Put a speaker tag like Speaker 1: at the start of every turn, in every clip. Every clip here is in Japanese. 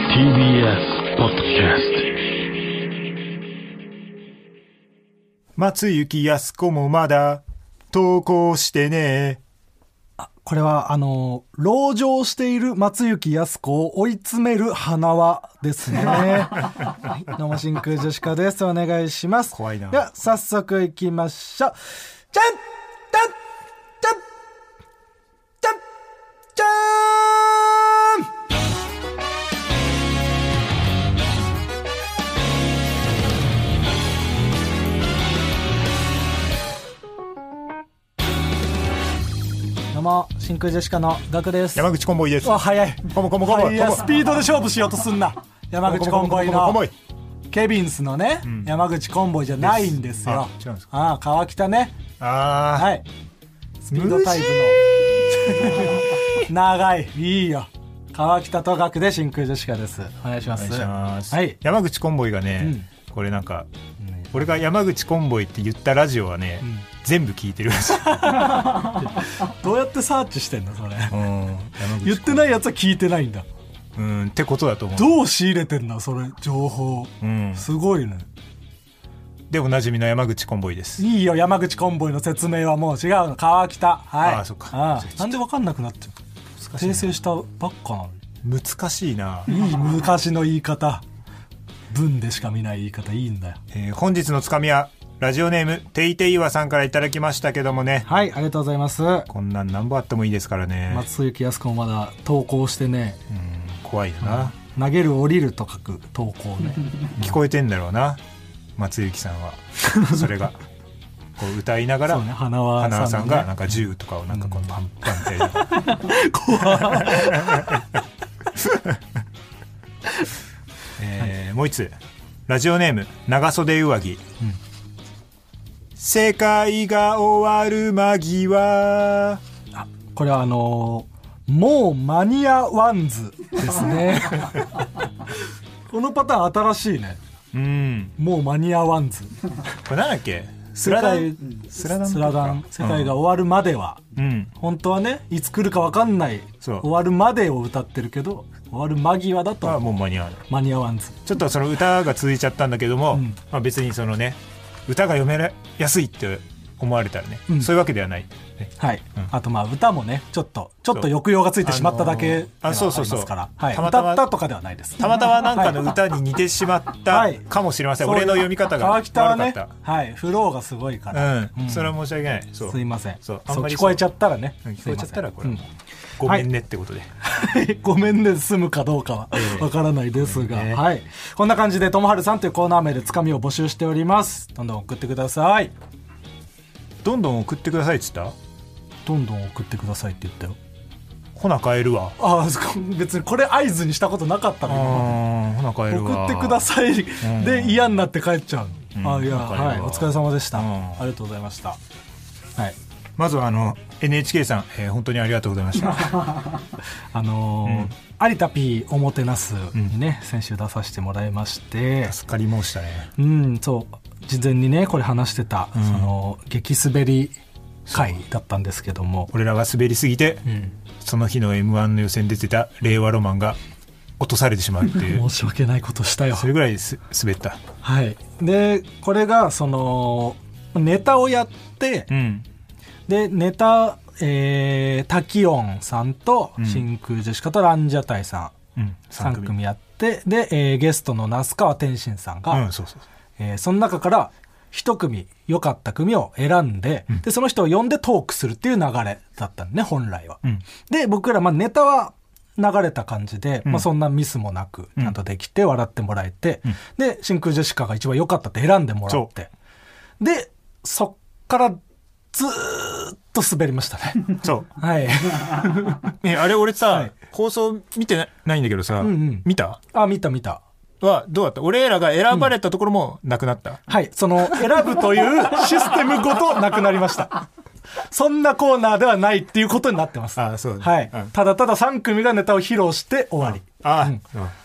Speaker 1: TBS ポッドキャスト
Speaker 2: 松雪康子もまだ投稿してね。
Speaker 3: これは、あの、籠城している松雪康子を追い詰める花輪ですね。 はい、どうも真空ジェシカです。お願いします。
Speaker 2: 怖いな
Speaker 3: では、早速行きましょう。じゃんじゃんじゃんじゃんじゃんどうも、真空ジェシカのガクです。
Speaker 2: 山口コンボイです。
Speaker 3: わ、早い。
Speaker 2: コモコモコモ
Speaker 3: いや、
Speaker 2: コモ
Speaker 3: スピードで勝負しようとすんな。山口コンボイ
Speaker 2: コ
Speaker 3: の
Speaker 2: モイ。
Speaker 3: ケビンスのね、山口コンボイじゃないんですよ。
Speaker 2: ですあ違うんですか
Speaker 3: ああ、川北ね。
Speaker 2: あ
Speaker 3: はい。スピードタイプの。長い。いいよ。川北と学で真空ジェシカです。お願いしま
Speaker 2: ー。お
Speaker 3: す。
Speaker 2: 願いします
Speaker 3: はい。
Speaker 2: 山口コンボイがね、これなんか、俺が山口コンボイって言ったラジオはね、全部聞いてるら しい。
Speaker 3: どうやってサーチしてんのそれ。言
Speaker 2: 言
Speaker 3: ってないやつは聞いてないんだ。
Speaker 2: うん、ってことだと思う。
Speaker 3: どう仕入れてんだそれ、情報。
Speaker 2: うん。
Speaker 3: すごいね。
Speaker 2: で、おなじみの山口コンボイです。
Speaker 3: いいよ、山口コンボイの説明はもう違うの。川北。はい。
Speaker 2: ああそっか
Speaker 3: ああなんでわかんなくなってる訂正したばっかなのに。
Speaker 2: 難しいな。
Speaker 3: いい昔の言い方文でしか見ない言い方いいんだよ
Speaker 2: えー本日のつかみは、ラジオネーム、ていていわさんからいただきましたけどもね、
Speaker 3: はいありがとうございます
Speaker 2: こんなん何本あってもいいですからね。
Speaker 3: 松雪康子もまだ投稿してね
Speaker 2: うん、怖いよな。
Speaker 3: 投げる降りると書く投稿 ね
Speaker 2: 聞こえてんだろうな松雪さんはそれ がこう歌いながら、
Speaker 3: そうね花輪
Speaker 2: 花輪
Speaker 3: さ
Speaker 2: さん
Speaker 3: んが
Speaker 2: が
Speaker 3: ね
Speaker 2: なんか銃とかをなんかこうパンパンってやり ながらえーもう一つラジオネーム長袖上着、世界が終わる間際
Speaker 3: あこれはあのーもう間に合わんずですね このパターン新しいね
Speaker 2: うん
Speaker 3: もう間に合わんず
Speaker 2: これなんだっけスラダンスラダン
Speaker 3: スラダン世界が終わるまでは、
Speaker 2: うん
Speaker 3: 本当はねいつ来るか分かんない
Speaker 2: そう
Speaker 3: 終わるまでを歌ってるけど終わる間際だ
Speaker 2: は
Speaker 3: と
Speaker 2: もう間に合わない
Speaker 3: 間に合わんず
Speaker 2: ちょっとその歌が続いちゃったんだけども、
Speaker 3: ん
Speaker 2: まあ、別にそのね歌が読めやすいって思われたらね、
Speaker 3: うん
Speaker 2: そういうわけではない、ね
Speaker 3: はい、あとまあ歌もねちょっとちょっと抑揚がついてしまっただけではあ
Speaker 2: あのーあそうそう
Speaker 3: り
Speaker 2: そう
Speaker 3: ますから、はい、
Speaker 2: たまたま
Speaker 3: 歌ったとかではないです
Speaker 2: たまたまなんかの歌に似てしまった
Speaker 3: はい
Speaker 2: かもしれません、
Speaker 3: そういう
Speaker 2: 俺の読み方が
Speaker 3: 川
Speaker 2: 悪
Speaker 3: 北
Speaker 2: か
Speaker 3: は
Speaker 2: っ
Speaker 3: ね
Speaker 2: た、
Speaker 3: はいフローがすごいから、
Speaker 2: うん、それは申し訳ないそう
Speaker 3: すいません
Speaker 2: そうあん
Speaker 3: そう
Speaker 2: まり
Speaker 3: 聞こえちゃったらね
Speaker 2: うん聞こえちゃったらこれ、
Speaker 3: うん
Speaker 2: ごめんねってことで、
Speaker 3: ごめんね、済むかどうかはわからないですが、はい。こんな感じで、ともはるさんというコーナー名でつかみを募集しております。どんどん送ってください。
Speaker 2: どんどん送ってくださいっつった
Speaker 3: どんどん送ってくださいって言ったよ。
Speaker 2: ほな帰るわ
Speaker 3: ああ、別にこれ合図にしたことなかった
Speaker 2: う
Speaker 3: の
Speaker 2: んほな帰るわ
Speaker 3: 送ってくださいで嫌になって帰っちゃうの。あいや、
Speaker 2: わかるわ
Speaker 3: はい。お疲れ様でした。
Speaker 2: うん
Speaker 3: ありがとうございました。はい。
Speaker 2: まずはあの NHK さん、えー本当にありがとうございました
Speaker 3: あのー有田 P おもてなすにね、先週出させてもらいまして、
Speaker 2: 助かり申したね
Speaker 3: うん、そう事前にねこれ話してた、その激滑り会だったんですけども、
Speaker 2: 俺らが滑りすぎて、その日の m 1の予選で出てた令和ロマンが落とされてしまうってい う
Speaker 3: 申し訳ないことしたよ
Speaker 2: それぐらいす滑った
Speaker 3: はいでこれがそのネタをやって、
Speaker 2: うん
Speaker 3: でネタえー、タキオンさんと
Speaker 2: ん
Speaker 3: 真空ジェシカとランジャタイさ
Speaker 2: うんん
Speaker 3: 3
Speaker 2: 3
Speaker 3: 組
Speaker 2: 組
Speaker 3: やってで、えーゲストの那須川天心さんが、
Speaker 2: うんそうそう
Speaker 3: えーその中から一組良かった組を選んで,、でその人を呼んでトークするっていう流れだったのね本来は。
Speaker 2: ん
Speaker 3: で僕らまあネタは流れた感じで、まあ、そんなミスもなくちゃんとできて笑ってもらえて、で真空ジェシカが一番良かったって選んでもらってでそっからずーっと滑りました ね。
Speaker 2: そう
Speaker 3: はい、
Speaker 2: ねあれ俺さ、
Speaker 3: はい
Speaker 2: 放送見てなないんだけどさ、
Speaker 3: ん
Speaker 2: 見た
Speaker 3: あ見た見た。
Speaker 2: はどうだった俺らが選ばれたところもなくなった、
Speaker 3: はい、その選ぶというシステムごとなくなりました。そんなコーナーではないっていうことになってます。
Speaker 2: あそうね
Speaker 3: はい、
Speaker 2: うん
Speaker 3: ただただ3組がネタを披露して終わり。
Speaker 2: ああ、
Speaker 3: うん
Speaker 2: うん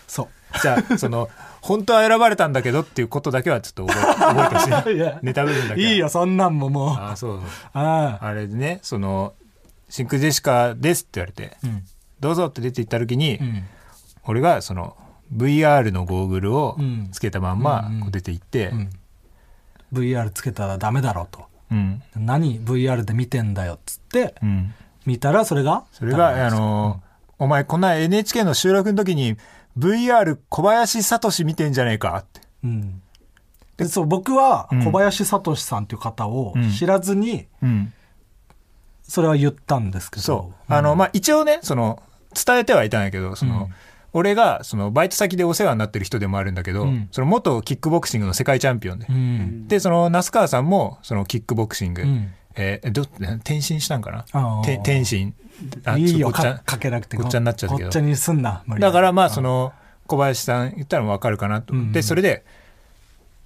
Speaker 3: そう。
Speaker 2: じゃあその本当は選ばれたんだけどっていうことだけはちょっと覚え 覚えてほしい
Speaker 3: いや
Speaker 2: ネタ部分だけはい
Speaker 3: いよ、そんなんももう。
Speaker 2: あ
Speaker 3: あ
Speaker 2: あそうそう
Speaker 3: あ
Speaker 2: あれでね、その、真空ジェシカですって言われて、どうぞって出て行った時に、俺がその、 VR のゴーグルを
Speaker 3: うん
Speaker 2: つけたまんま
Speaker 3: うんうん
Speaker 2: こう出ていって、
Speaker 3: うん VR つけたらダメだろうと
Speaker 2: うん
Speaker 3: 何 VR で見てんだよっつって
Speaker 2: うん
Speaker 3: 見たらそれが
Speaker 2: それが、あの、お前こんな NHK の収録の時に VR 小林聡見てんじゃねえかって。
Speaker 3: うんでそう僕は
Speaker 2: うん
Speaker 3: 小林聡さんという方を
Speaker 2: うん
Speaker 3: 知らずに
Speaker 2: うん。
Speaker 3: それは言ったんですけど、
Speaker 2: そう。あの、まあ、一応ね、その、伝えてはいたんやけど、その、
Speaker 3: うん
Speaker 2: 俺が、その、バイト先でお世話になってる人でもあるんだけど、
Speaker 3: うん
Speaker 2: その、元キックボクシングの世界チャンピオンで。
Speaker 3: うん
Speaker 2: で、その、那須川さんも、その、キックボクシング、
Speaker 3: うん
Speaker 2: えーど、転身したんかな
Speaker 3: あー
Speaker 2: て転身。
Speaker 3: いい
Speaker 2: ちょっとご
Speaker 3: よ
Speaker 2: っちゃ
Speaker 3: かかけなくて
Speaker 2: ごっちゃになっちゃったけど
Speaker 3: ごっちゃにすんな無理
Speaker 2: だからまあその小林さん言ったら分かるかなと思っ
Speaker 3: うんう
Speaker 2: て
Speaker 3: ん
Speaker 2: それで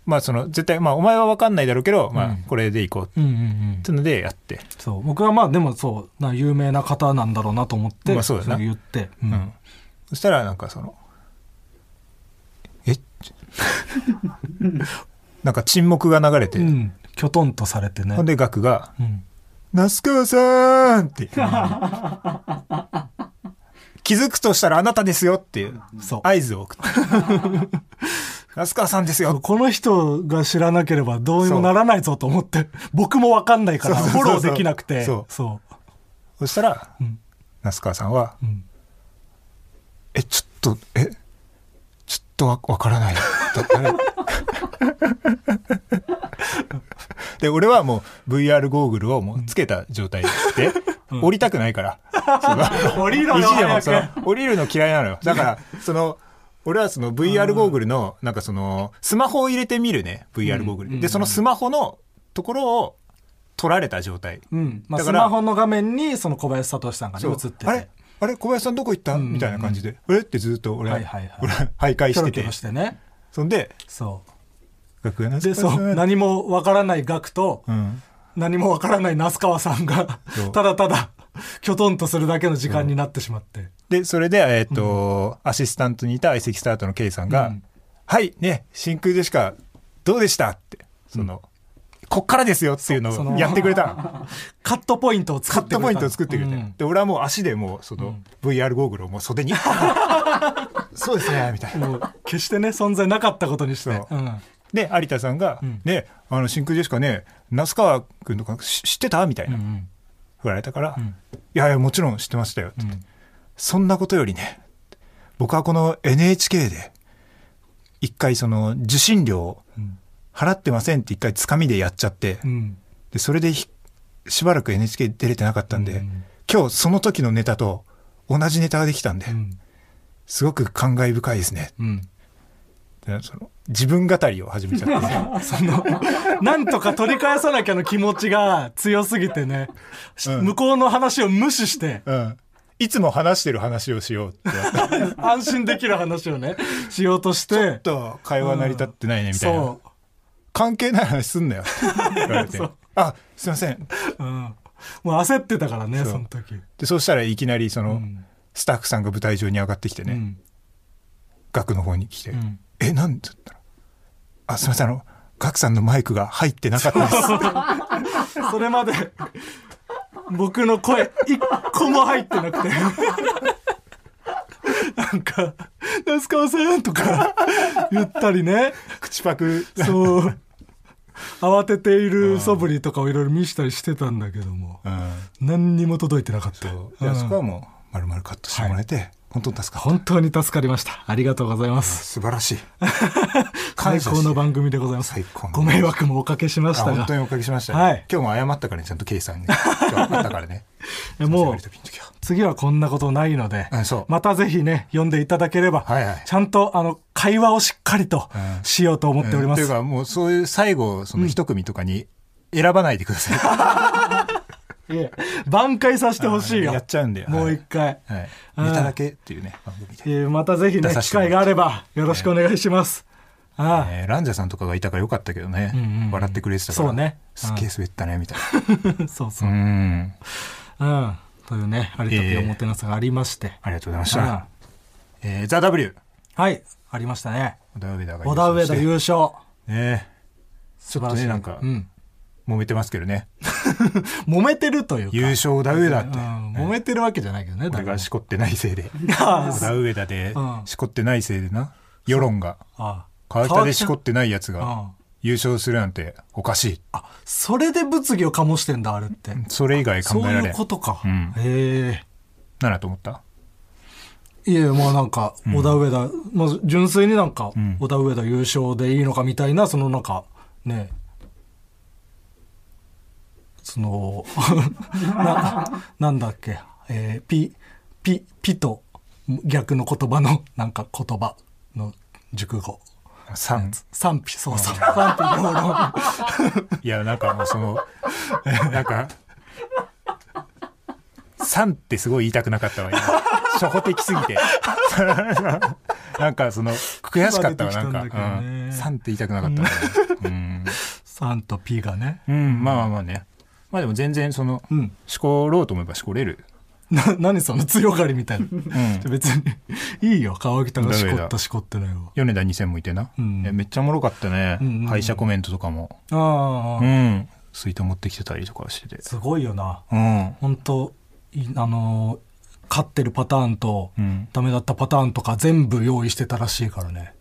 Speaker 2: まあその絶対まあお前は分かんないだろうけどま
Speaker 3: う
Speaker 2: あ
Speaker 3: ん
Speaker 2: これでいこうっ
Speaker 3: うんうんうん
Speaker 2: ていうのでやって
Speaker 3: そう僕はまあでもそうな有名な方なんだろうなと思って、
Speaker 2: まあそうだな
Speaker 3: れ言って、
Speaker 2: う
Speaker 3: う
Speaker 2: んんそしたらなんかその えなんか沈黙が流れて
Speaker 3: うんきょとんとされてね
Speaker 2: ほんでガクが
Speaker 3: うん
Speaker 2: 「那須川さん!」っ て気づくとしたらあなたですよっていう
Speaker 3: そう
Speaker 2: 合図を送って 「那須川さんですよ」
Speaker 3: この人が知らなければどうにもならないぞと思って、僕もわかんないから、
Speaker 2: そうそう
Speaker 3: フ
Speaker 2: そう
Speaker 3: ォ
Speaker 2: そう
Speaker 3: ローできなくて、
Speaker 2: そう
Speaker 3: そう。
Speaker 2: そしたら、
Speaker 3: うん
Speaker 2: 那須川さんは、
Speaker 3: ん
Speaker 2: え、ちょっと、え、ちょっとわわからない。だあれ で、俺はもう VR ゴーグルをもうつけた状態で、降りたくないから。
Speaker 3: 降
Speaker 2: 意
Speaker 3: り
Speaker 2: 地でもその、降りるの嫌いなのよ。だから、その、俺はその VR ゴーグルの、なんかその、スマホを入れてみるね、VR ゴーグルに。で、そのスマホのところを取られた状態。
Speaker 3: うん。まあ、
Speaker 2: だ
Speaker 3: ス
Speaker 2: から
Speaker 3: マホの画面に、その小林聡さんがね、
Speaker 2: そう
Speaker 3: 映ってて。
Speaker 2: あれあれ小林さんどこ行った、
Speaker 3: んうんうん
Speaker 2: みたいな感じで。えってずっと俺、
Speaker 3: はいはいはい
Speaker 2: 俺徘徊
Speaker 3: キョ
Speaker 2: し
Speaker 3: ロ
Speaker 2: て
Speaker 3: キョ
Speaker 2: て
Speaker 3: ロ。してね。
Speaker 2: そんで、
Speaker 3: そ
Speaker 2: 楽屋な
Speaker 3: う。で、そう。何もわからない額と、
Speaker 2: うん。
Speaker 3: 何もわからない那須川さんが
Speaker 2: そう、
Speaker 3: ただただ、きょとんとするだけの時間になってしまって。
Speaker 2: で、それで、えっ、と、アシスタントにいた相席スタートの K さんが、
Speaker 3: うん
Speaker 2: はい、ね、真空ジェシカ、どうでしたって、その、こっからですよっていう
Speaker 3: そ
Speaker 2: の
Speaker 3: の
Speaker 2: をやってくれ た。
Speaker 3: カットポイントを作
Speaker 2: カ
Speaker 3: っ
Speaker 2: ット
Speaker 3: てくれた。
Speaker 2: ポイントを作ってくれて。
Speaker 3: うん
Speaker 2: で、俺はもう足でもう、その、VR ゴーグルをもう 袖に。そうですね、みたいな。
Speaker 3: もう、決してね、存在なかったことにして。
Speaker 2: そう
Speaker 3: うん
Speaker 2: で有田さんが「ねあの真空ジェシカね那須川君とかし知ってた?」みたいな、
Speaker 3: うん
Speaker 2: 振られたから「いやいやもちろん知ってましたよ」って言って、そんなことよりね僕はこの NHK で一回その受信料を払ってませんって一回つかみでやっちゃって、
Speaker 3: うん。
Speaker 2: でそれでひしばらく NHK 出れてなかったんで、今日その時のネタと同じネタができたんで、
Speaker 3: ん
Speaker 2: すごく感慨深いですね
Speaker 3: うん。
Speaker 2: ってその自分語りを始めちゃって。
Speaker 3: その、なんとか取り返さなきゃの気持ちが強すぎてね、し
Speaker 2: うん
Speaker 3: 向こうの話を無視し て、
Speaker 2: うん。いつも話してる話をしよう って。ち
Speaker 3: 安心できる話をね、しようとして、
Speaker 2: ょっと会話成り立ってないね、みたいな。
Speaker 3: そ
Speaker 2: 関係ない話すんなよ。って言われ て。あ、すいません。
Speaker 3: う、うん。もう焦ってたからね、
Speaker 2: そう
Speaker 3: その時。
Speaker 2: で、そうしたらいきなり、その、
Speaker 3: うん
Speaker 2: スタッフさんが舞台上に上がってきて
Speaker 3: う
Speaker 2: ね、
Speaker 3: ん。
Speaker 2: 額の方に来て、
Speaker 3: ん
Speaker 2: え、なんだったら。あ、すいません、あの、ガクさんのマイクが入ってなかった です。
Speaker 3: それまで、僕の声、一個も入ってなくて。 なんか、那須川さんとか言ったりね。
Speaker 2: 口パク。
Speaker 3: そう。慌てている素振りとかをいろいろ見したりしてたんだけども、
Speaker 2: うん。
Speaker 3: 何にも届いてなかった。
Speaker 2: そう。で、あそこはもう、丸々カットしてもらえて、本当に助かった。
Speaker 3: 本当に助かりました。ありがとうございます。
Speaker 2: 素晴らしい。
Speaker 3: 最高の番組でございます
Speaker 2: 最高。の
Speaker 3: ご迷惑もおかけしま
Speaker 2: あ
Speaker 3: した
Speaker 2: 本
Speaker 3: が
Speaker 2: 当、におかけしました、
Speaker 3: はい
Speaker 2: 今日も謝ったからね、ちゃんと K さんに。今日謝ったから ね。
Speaker 3: いやもう
Speaker 2: すいません割とピンときた
Speaker 3: 次はこんなことないので
Speaker 2: うんそう、
Speaker 3: またぜひね、読んでいただければ
Speaker 2: はいはい、
Speaker 3: ちゃんとあの、会話をしっかりと
Speaker 2: うん
Speaker 3: しようと思っており
Speaker 2: う
Speaker 3: ま
Speaker 2: ん
Speaker 3: す
Speaker 2: という。かもうそういう最後その一組とかに選ばないでくださ い。
Speaker 3: いえ挽回させてほしいよ。
Speaker 2: やっちゃうんで。
Speaker 3: もう一回。
Speaker 2: はい。はい
Speaker 3: うん
Speaker 2: ネタだけっていうね番組で。
Speaker 3: えーまたぜひね、
Speaker 2: 出さ
Speaker 3: 機
Speaker 2: せてもら
Speaker 3: 会
Speaker 2: って
Speaker 3: があればよろしくお願いします。ああ。
Speaker 2: えーランジャさんとかがいたからよかったけどね、
Speaker 3: んうん
Speaker 2: 笑ってくれてたから
Speaker 3: そうね
Speaker 2: すっげえ滑ったねみたい
Speaker 3: そうそ
Speaker 2: な
Speaker 3: う。
Speaker 2: うん
Speaker 3: うん。というね、ありときおもてなすがありまして。
Speaker 2: ありがとうございました、えー、ザ・ W
Speaker 3: はい、ありましたね。
Speaker 2: 小田上田が
Speaker 3: 小田上田優勝。
Speaker 2: ねち
Speaker 3: 素晴
Speaker 2: ょっ
Speaker 3: ら
Speaker 2: と
Speaker 3: しい。
Speaker 2: ねなんか
Speaker 3: うん。
Speaker 2: 揉めてますけどね。
Speaker 3: 揉めてるというか。
Speaker 2: 優勝だ上だって。
Speaker 3: うん揉めてるわけじゃないけどね、
Speaker 2: 俺
Speaker 3: 誰も
Speaker 2: がしこってないせい で。
Speaker 3: あ
Speaker 2: だ上だで
Speaker 3: うん、
Speaker 2: しこってないせいでな。世論が。
Speaker 3: あ
Speaker 2: 川北でしこってないやつ
Speaker 3: う
Speaker 2: が
Speaker 3: ん
Speaker 2: 優勝するなんておかしい。
Speaker 3: あそれで物議を醸してんだあれって、
Speaker 2: それ以外考
Speaker 3: そ
Speaker 2: え
Speaker 3: う
Speaker 2: ら
Speaker 3: い
Speaker 2: れ。
Speaker 3: うんことか、
Speaker 2: うん
Speaker 3: へ
Speaker 2: ならと思った
Speaker 3: えいやまあなんか織田上田、まあ、純粋になんか
Speaker 2: ん
Speaker 3: 織田上田優勝でいいのかみたいなそのなんかねその ななんだっけ、えー、ピピピと逆の言葉のなんか言葉の熟語
Speaker 2: 三
Speaker 3: 賛否そうそう賛否両論
Speaker 2: いや、なんかもうその、 なんか、3ってすごい言いたくなかったわ、今。初歩的すぎて。 なんかその、悔しかったわ、なんか。
Speaker 3: 今出てきたんだけどね
Speaker 2: うん3って言いたくなかったわ。うん、
Speaker 3: 賛とピがね
Speaker 2: うんまあまあまあね。まあでも全然その、
Speaker 3: うん
Speaker 2: しころうと思えばしこれる。
Speaker 3: な 何その強がりみた いな、別にいいよ川北がし
Speaker 2: ダ
Speaker 3: こ
Speaker 2: メ
Speaker 3: った
Speaker 2: だ
Speaker 3: しこってないわ
Speaker 2: 米田2000もいてな。
Speaker 3: うん
Speaker 2: えめっちゃおもろかったね。
Speaker 3: うんうんうん
Speaker 2: 敗者コメントとかも。
Speaker 3: ああ、
Speaker 2: うん。水筒持ってきてたりとかしてて。
Speaker 3: すごいよな
Speaker 2: うん。
Speaker 3: 本当いあのー勝ってるパターンと、
Speaker 2: うん。
Speaker 3: ダメだったパターンとか全部用意してたらしいからね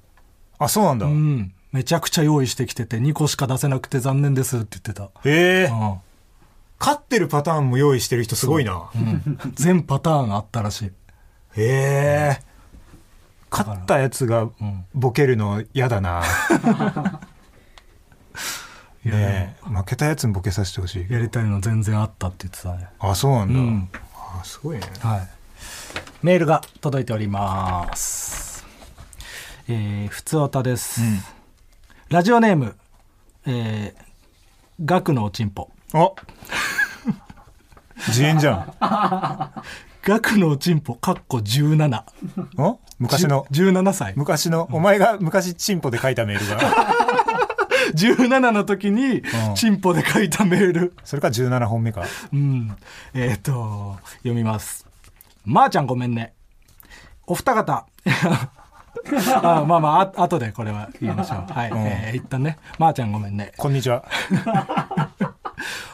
Speaker 2: あ、そうなんだ。
Speaker 3: うんめちゃくちゃ用意してきてて2個しか出せなくて残念ですって言って た、
Speaker 2: へえ。
Speaker 3: う
Speaker 2: 勝ってるパターンも用意してる人すごいな。
Speaker 3: んうん、全パターンあったらしい、
Speaker 2: へえ。
Speaker 3: から
Speaker 2: 勝ったやつが
Speaker 3: うん、
Speaker 2: ボケるの嫌だ な。
Speaker 3: いや
Speaker 2: ねえ負けたやつにボケさせてほしい。
Speaker 3: やりたいの全然あったって言ってたね
Speaker 2: あ、そうなんだ。
Speaker 3: うん
Speaker 2: あ、すごいね。
Speaker 3: はい。メールが届いております。えー、ふつおたです。ラジオネーム、えー、ガクのおちんぽ。
Speaker 2: あ 自演じゃ ん。
Speaker 3: ガクのおちんぽ、かっこ17。
Speaker 2: あ昔の、
Speaker 3: じゅ17歳。
Speaker 2: 昔の、お前が昔チンポで書いたメールが、
Speaker 3: 17の時に、ちんぽで書いたメール。
Speaker 2: それか17本目か。
Speaker 3: うん。えっ、と、読みます。まー、ちゃんごめんね。お二 方。あまあまあ、あ後でこれは言いましょう。はい。
Speaker 2: ん
Speaker 3: えー一旦ね。まー、ちゃんごめんね。
Speaker 2: こんにちは。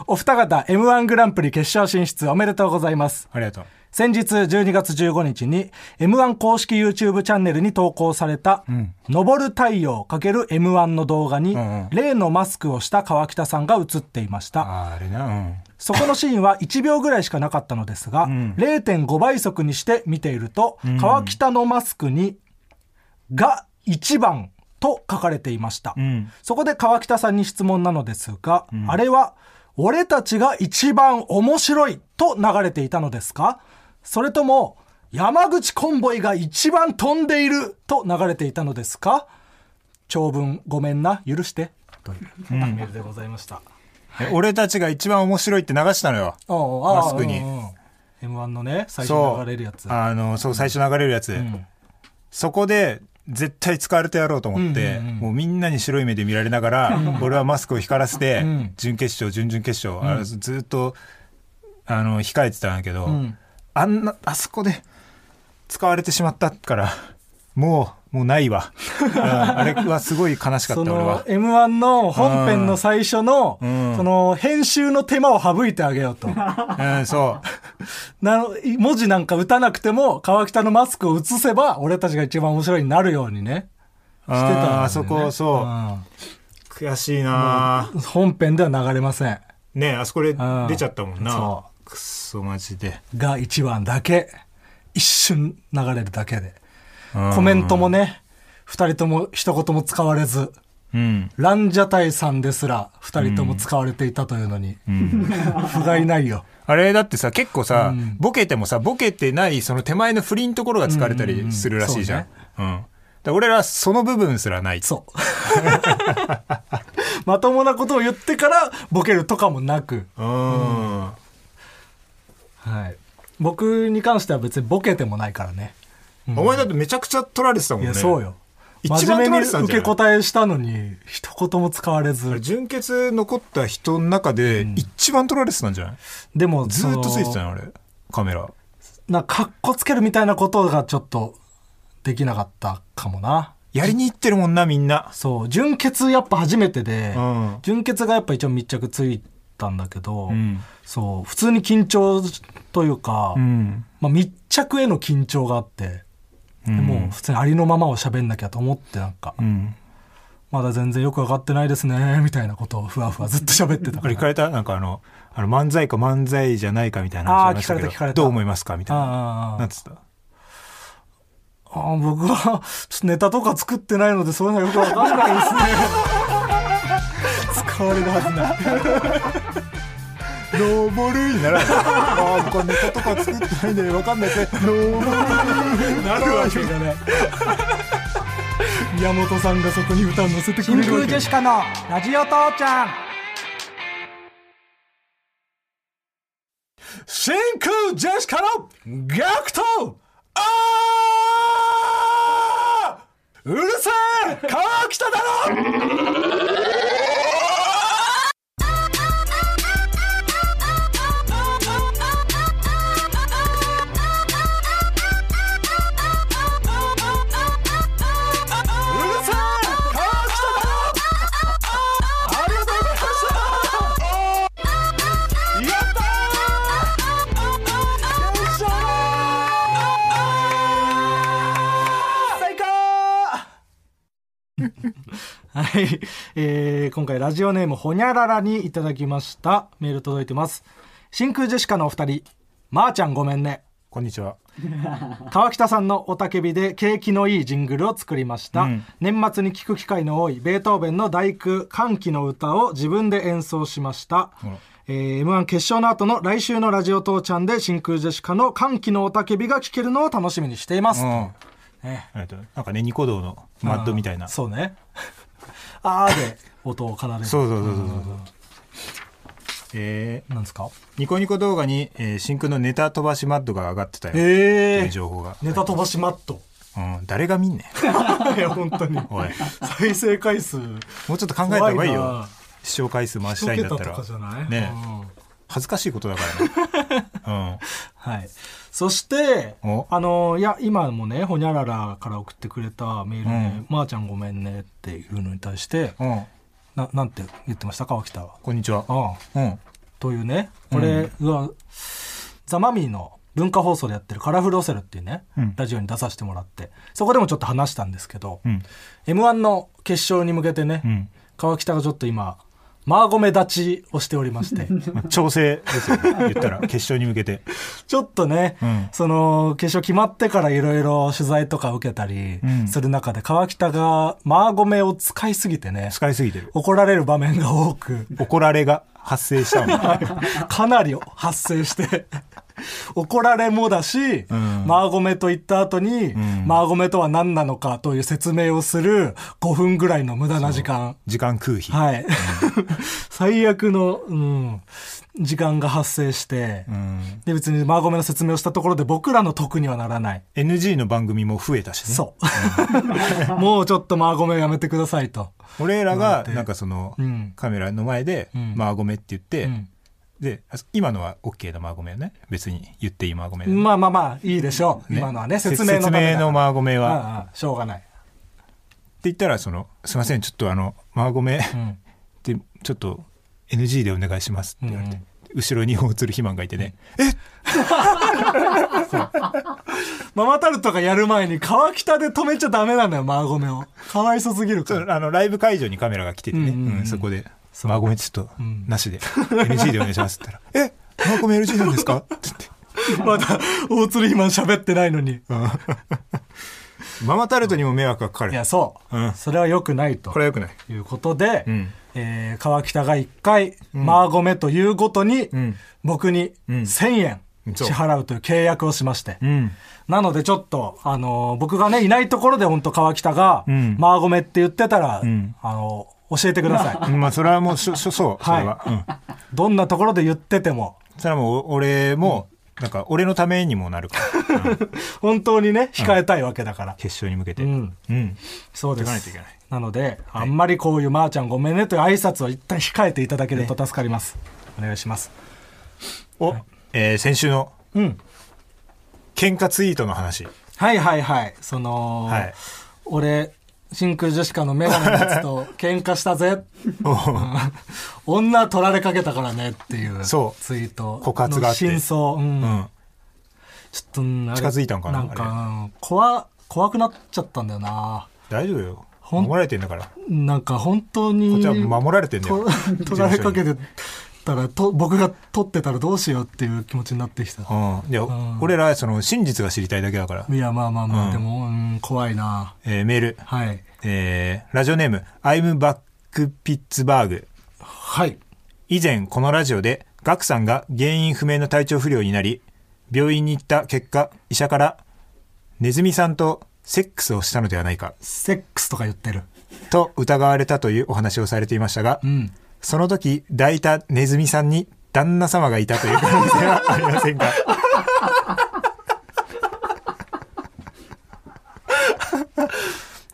Speaker 3: お二方 M1 グランプリ決勝進出おめでとうございます。
Speaker 2: ありがとう。
Speaker 3: 先日12月15日に M1 公式 YouTube チャンネルに投稿された「昇る太陽 ×M1」の動画に
Speaker 2: んうん
Speaker 3: 例のマスクをした川北さんが映っていました。
Speaker 2: あーあれな、うん。
Speaker 3: そこのシーンは1秒ぐらいしかなかったのですが、0.5倍速にして見ていると、川北のマスクに、が1番と書かれていました。
Speaker 2: ん
Speaker 3: そこで川北さんに質問なのですが、あれは、俺たちが一番面白いと流れていたのですかそれとも、山口コンボイが一番飛んでいると流れていたのですか長文ごめんな、許して。というメールでございました。
Speaker 2: え俺たちが一番面白いって流したのよ。
Speaker 3: マ
Speaker 2: マスクに
Speaker 3: M1 のね最
Speaker 2: そ
Speaker 3: 初
Speaker 2: う。
Speaker 3: 流れるやつ
Speaker 2: あの、そう、最初流れるやつ。
Speaker 3: ん
Speaker 2: そこで、絶対使われてやろうと思って、
Speaker 3: うんうんうん
Speaker 2: もうみんなに白い目で見られながら、俺はマスクを光らせて、
Speaker 3: ん
Speaker 2: 準決勝、準々決勝、あれずっと、あの、控えてたんだけど、
Speaker 3: ん
Speaker 2: あんな、あそこで、使われてしまったから、もう、もうない わ。うんあれはすごい悲しかった、
Speaker 3: そ
Speaker 2: 俺
Speaker 3: の
Speaker 2: は。
Speaker 3: M1 の本編の最初の、
Speaker 2: うん
Speaker 3: その編集の手間を省いてあげ ようとな
Speaker 2: うん、そう。
Speaker 3: の文字なんか打たなくても川北のマスクを映せば俺たちが一番面白いになるようにね してたんだよね
Speaker 2: あーあそこ、そう。悔しいな
Speaker 3: うん本編では流れません
Speaker 2: ねあそこで
Speaker 3: ん
Speaker 2: 出ちゃったもんな
Speaker 3: そ。
Speaker 2: くっそ、マジで。
Speaker 3: が一番だけ一瞬流れるだけでコメントもね二人とも一言も使われず
Speaker 2: うん。
Speaker 3: ランジャタイさんですら二人とも使われていたというのに、不甲斐ないよ。
Speaker 2: あれだってさ、結構さ、ボケてもさ、ボケてない、その手前の不倫のところが使われたりするらしいじゃん。うんだから俺らその部分すらない。
Speaker 3: そう。 まともなことを言ってからボケるとかもなく、
Speaker 2: う。ん。
Speaker 3: はい、僕に関しては別にボケてもないからね。
Speaker 2: お前だってめちゃくちゃ取られてたもん
Speaker 3: い
Speaker 2: ね。
Speaker 3: や、そうよ。
Speaker 2: 一番
Speaker 3: 真面目
Speaker 2: 取ら
Speaker 3: に
Speaker 2: れてたん
Speaker 3: 受
Speaker 2: じゃな
Speaker 3: け
Speaker 2: い
Speaker 3: 答えしたのに、一言も使われ
Speaker 2: あれ。
Speaker 3: ず。
Speaker 2: 純潔残った人の中で一番取られてたんじゃない、
Speaker 3: でも、
Speaker 2: ずーっとついてた
Speaker 3: よ。
Speaker 2: のあれ。カメラ。
Speaker 3: なんか、かっこつけるみたいなことがちょっとできなかったかもな。
Speaker 2: やりに行ってるもんな、みんな。
Speaker 3: そう純潔やっぱ初めてで、
Speaker 2: うん
Speaker 3: 純潔がやっぱ一応密着ついたんだけど、
Speaker 2: うん
Speaker 3: そう普通に緊張というか、
Speaker 2: うん。
Speaker 3: まあ、密着への緊張があって、
Speaker 2: うん
Speaker 3: もう普通にありのままを喋んなきゃと思ってなんか、
Speaker 2: うん。
Speaker 3: まだ全然よく分かってないですねみたいなことをふわふわずっと喋ってた
Speaker 2: あ
Speaker 3: か
Speaker 2: れ
Speaker 3: ら
Speaker 2: 聞かれたなんかあの、あの漫才か漫才じゃないかみたいな話
Speaker 3: あー
Speaker 2: ありましたけど
Speaker 3: 聞かれた聞かれた
Speaker 2: どう思いますかみたいな。
Speaker 3: あーあーあー
Speaker 2: なんつった
Speaker 3: あー僕はちょっとネタとか作ってないのでそういうのはよく分かんない ですね使われるはずない
Speaker 2: ノーボルーにならない。ああ、僕はネタとか作ってないんでわかんないですね。ノーボルーなるわけがない。
Speaker 3: 宮本さんがそこに歌を乗せてくれるわけ
Speaker 2: 真空ジェ
Speaker 3: シカのラジオ父ちゃん
Speaker 2: 真空ジェシカの学徒あーうるせえ川北だろうるせえ川北だろありがとうございましたやったーよいしょー最高
Speaker 3: はい、えー今回ラジオネームほにゃららにいただきましたメール届いてます真空ジェシカのお二人まー、ちゃんごめんね
Speaker 2: こんにちは。
Speaker 3: 川北さんのおたけびで景気のいいジングルを作りました、
Speaker 2: うん
Speaker 3: 年末に聴く機会の多いベートーベンの第九歓喜の歌を自分で演奏しました、
Speaker 2: うん
Speaker 3: えー、m 1決勝の後の来週のラジオ父ちゃんで真空ジェシカの歓喜のおたけびが聴けるのを楽しみにしています、
Speaker 2: うん。
Speaker 3: ね
Speaker 2: えっと、なんかね、ニコ動のマッドみたいな。
Speaker 3: あー
Speaker 2: そう
Speaker 3: そうねあーで音を奏でる
Speaker 2: そうそうそうそうそう。えー
Speaker 3: なんですか
Speaker 2: ニコニコ動画に、えー真空のネタ飛ばしマッドが上がってたよ。って
Speaker 3: え
Speaker 2: い
Speaker 3: え
Speaker 2: う情報が。
Speaker 3: ネタ飛ばしマッ ト
Speaker 2: うん、誰が見んねん。
Speaker 3: いや本当に
Speaker 2: おい。
Speaker 3: 再生回数
Speaker 2: もうちょっと考えた方がいい
Speaker 3: 怖いな
Speaker 2: よ。視聴回数回し
Speaker 3: 一
Speaker 2: たいんだ
Speaker 3: 桁
Speaker 2: っ
Speaker 3: と
Speaker 2: たら
Speaker 3: か。じゃない
Speaker 2: ね
Speaker 3: うん
Speaker 2: 恥ずかしいことだからね。
Speaker 3: はい、そして
Speaker 2: お
Speaker 3: あのいや今もねほにゃららから送ってくれたメールで「まー、ちゃんごめんね」っていうのに対して
Speaker 2: うん。うん。
Speaker 3: ななんて言ってました川北は。
Speaker 2: こんにちは。
Speaker 3: あ
Speaker 2: う
Speaker 3: あ
Speaker 2: ん。
Speaker 3: というねこれが、ザ・マミーの文化放送でやってる「カラフルオセル」っていうね、
Speaker 2: うん
Speaker 3: ラジオに出させてもらってそこでもちょっと話したんですけど、
Speaker 2: うん。
Speaker 3: m 1の決勝に向けてね、
Speaker 2: うん。
Speaker 3: 川北がちょっと今マーゴメ立ちをしておりま して
Speaker 2: まあ調整ですよ、ね。言った ら、決勝に向けて。
Speaker 3: ちょっとね、
Speaker 2: うん
Speaker 3: その決勝決まってからいろいろ取材とか受けたり
Speaker 2: うん
Speaker 3: する中で、川北がマーゴメを使いすぎてね
Speaker 2: 使いすぎてる。
Speaker 3: 怒られる場面が 多く
Speaker 2: 怒られが発生したもん。
Speaker 3: かなり発生して怒られもだし、
Speaker 2: ん
Speaker 3: マーゴメと言った後に、
Speaker 2: ん
Speaker 3: マーゴメとは何なのかという説明をする5分ぐらいの無駄な時間。
Speaker 2: 時間空費。
Speaker 3: はい。 最悪の、うん、時間が発生して、
Speaker 2: うん。
Speaker 3: で、別にマーゴメの説明をしたところで僕らの得にはならない。
Speaker 2: NG の番組も増えたしね。
Speaker 3: そう。もうちょっとマーゴメやめてくださいと。
Speaker 2: 俺らが、なんかその
Speaker 3: うん、
Speaker 2: カメラの前で、
Speaker 3: ん
Speaker 2: マーゴメって言って、
Speaker 3: うん
Speaker 2: で、あ今のは OK なマーゴメよね。別に言っていいマーゴメだね、
Speaker 3: まあまあまあ、いいでしょう。今のはね、
Speaker 2: せ
Speaker 3: 説明のためだ
Speaker 2: 説明のマーゴメは。って
Speaker 3: ああああしょうがない。
Speaker 2: 言ったら、その、すいません、ちょっとあの、マーゴメ
Speaker 3: うん。
Speaker 2: って、ちょっと NG でお願いしますって言われて、
Speaker 3: うん
Speaker 2: 後ろに大鶴ひまんがいてね、
Speaker 3: ママタルトがやる前に川北で止めちゃダメなんだよ、マーゴメを。かわいそすぎる
Speaker 2: ち
Speaker 3: か
Speaker 2: ょっ
Speaker 3: ら。
Speaker 2: とあの、ライブ会場にカメラが来ててね、
Speaker 3: うんうんうん
Speaker 2: うんそこで、マーゴメちょっと、なしで、NG でお願いしますって言 ったら、えマーゴメ NG なんですかって言って。
Speaker 3: まだ、大鶴ひまん喋ってないのに。
Speaker 2: ママタルトにも迷惑がかか
Speaker 3: い
Speaker 2: る
Speaker 3: や、。そう。
Speaker 2: うん
Speaker 3: それは良くないと。
Speaker 2: これはよくない。
Speaker 3: ということで、
Speaker 2: うん
Speaker 3: えー川北が1回、マーゴメというごとに、
Speaker 2: ん
Speaker 3: 僕に
Speaker 2: ん
Speaker 3: 1000円
Speaker 2: そう
Speaker 3: 支払うという契約をしまして、
Speaker 2: うん。
Speaker 3: なのでちょっと、あのー僕がね、いないところで本当川北が、
Speaker 2: ん
Speaker 3: マーゴメって言ってたら、
Speaker 2: ん
Speaker 3: あのー教えてくだ さい。
Speaker 2: まあ、それはもう、しょ、しょ、そう、それは。うん。
Speaker 3: どんなところで言ってても、
Speaker 2: それはもう、俺も、なんか、俺のためにもなる から。うん
Speaker 3: 本当にね、控えたいわけだから。
Speaker 2: 決勝に向けて。
Speaker 3: う。
Speaker 2: うんん。
Speaker 3: そうで
Speaker 2: 行
Speaker 3: す。
Speaker 2: かないといけない
Speaker 3: なので、あんまりこういう、まーちゃんごめんねという挨拶を一旦控えていただけると助かります。お願いします。
Speaker 2: お、えー先週の、
Speaker 3: うん。
Speaker 2: 喧嘩ツイートの話。
Speaker 3: はいはいはい。その、
Speaker 2: はい
Speaker 3: 俺、真空ジェシカのメガネのやつと喧嘩したぜ女取られかけたからねっていうツイ
Speaker 2: そう
Speaker 3: ート
Speaker 2: 告発があ
Speaker 3: の
Speaker 2: って
Speaker 3: 真相、う ん
Speaker 2: うん。
Speaker 3: ちょっとうんあれ
Speaker 2: 近づいたんかな
Speaker 3: なんかうん怖怖くなっちゃったんだよな
Speaker 2: 大丈夫よ。
Speaker 3: ほん
Speaker 2: 守られてんだから。こ
Speaker 3: なんか本当に
Speaker 2: っちは守られてんだよ
Speaker 3: と。取られかけてたらと僕が取ってたらどうしようっていう気持ちになってきた、
Speaker 2: うん。いや、
Speaker 3: ん
Speaker 2: 俺ら、その、真実が知りたいだけだから。
Speaker 3: いやまあまあまあ、
Speaker 2: うん
Speaker 3: でも、うん、怖いな
Speaker 2: えーメール。
Speaker 3: はい
Speaker 2: えーラジオネーム、アイムバックピッツバーグ。
Speaker 3: はい
Speaker 2: 以前このラジオでガクさんが原因不明の体調不良になり病院に行った結果医者からネズミさんとセックスをしたのではないか
Speaker 3: セックスとか言ってる
Speaker 2: と疑われたというお話をされていましたが、
Speaker 3: うん
Speaker 2: その時抱いたネズミさんに旦那様がいたという可能性はありません か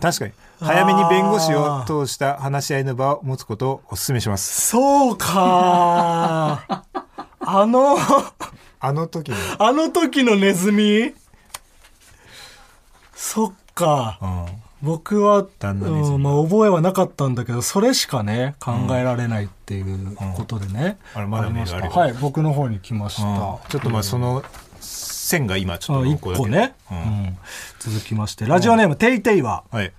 Speaker 2: 確かに早めに弁護士を通した話し合いの場を持つことをお勧めします
Speaker 3: そうかー あの
Speaker 2: あの時の
Speaker 3: あの時のネズミそっか
Speaker 2: うん
Speaker 3: 僕は、
Speaker 2: 旦那ネズミ
Speaker 3: うんまあ、覚えはなかったんだけどそれしかね考えられないっていうことでね、
Speaker 2: あれまだ
Speaker 3: り
Speaker 2: メール
Speaker 3: まし
Speaker 2: あ
Speaker 3: た
Speaker 2: るよ
Speaker 3: はい僕の方に来まし
Speaker 2: うん
Speaker 3: た
Speaker 2: ちょっとまあその線が今ちょっと
Speaker 3: 一
Speaker 2: 濃厚だけど
Speaker 3: 個ね、
Speaker 2: う
Speaker 3: うんん続きましてラジオネーム、テイテイは
Speaker 2: はい、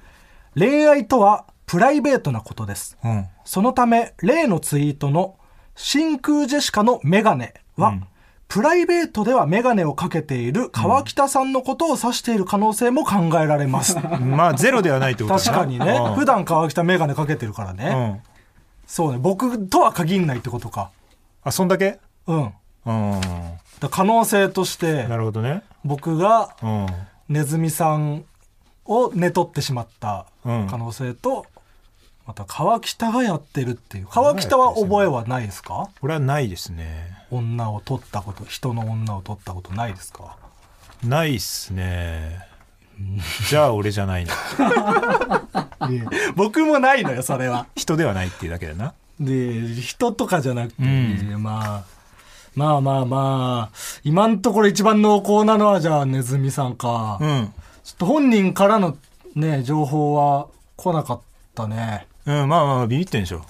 Speaker 3: 恋愛とはプライベートなことです
Speaker 2: うん、
Speaker 3: そのため例のツイートの真空ジェシカのメガネは、プライベートではメガネをかけている川北さんのことを指している可能性も考えら れます。
Speaker 2: まあゼロではないってこと
Speaker 3: 確
Speaker 2: だな
Speaker 3: かにね
Speaker 2: うん、
Speaker 3: 普段川北メガネかけてるから
Speaker 2: う
Speaker 3: ね。
Speaker 2: ん
Speaker 3: そうね、僕とは限んないってことか。
Speaker 2: あそんだけ
Speaker 3: うん。
Speaker 2: うん
Speaker 3: だ可能性として
Speaker 2: な、るほどね
Speaker 3: 僕が
Speaker 2: うん
Speaker 3: ネズミさんを寝取ってしまった
Speaker 2: うん
Speaker 3: 可能性と、また川北がやってるっていう。川北は覚えはないですか
Speaker 2: これはないですね
Speaker 3: 女を取ったこと人の女を取ったことないですか
Speaker 2: ないっすねじゃあ俺じゃ ないな
Speaker 3: 僕もないのよそれは
Speaker 2: 人ではないっていうだけだな
Speaker 3: で人とかじゃなくて、まあまあまあまあ今のところ一番濃厚なのはじゃあネズミさんか、
Speaker 2: う
Speaker 3: ちょ
Speaker 2: ん
Speaker 3: っと本人からのね情報は来なかったね
Speaker 2: うんまあまあビビってんでしょ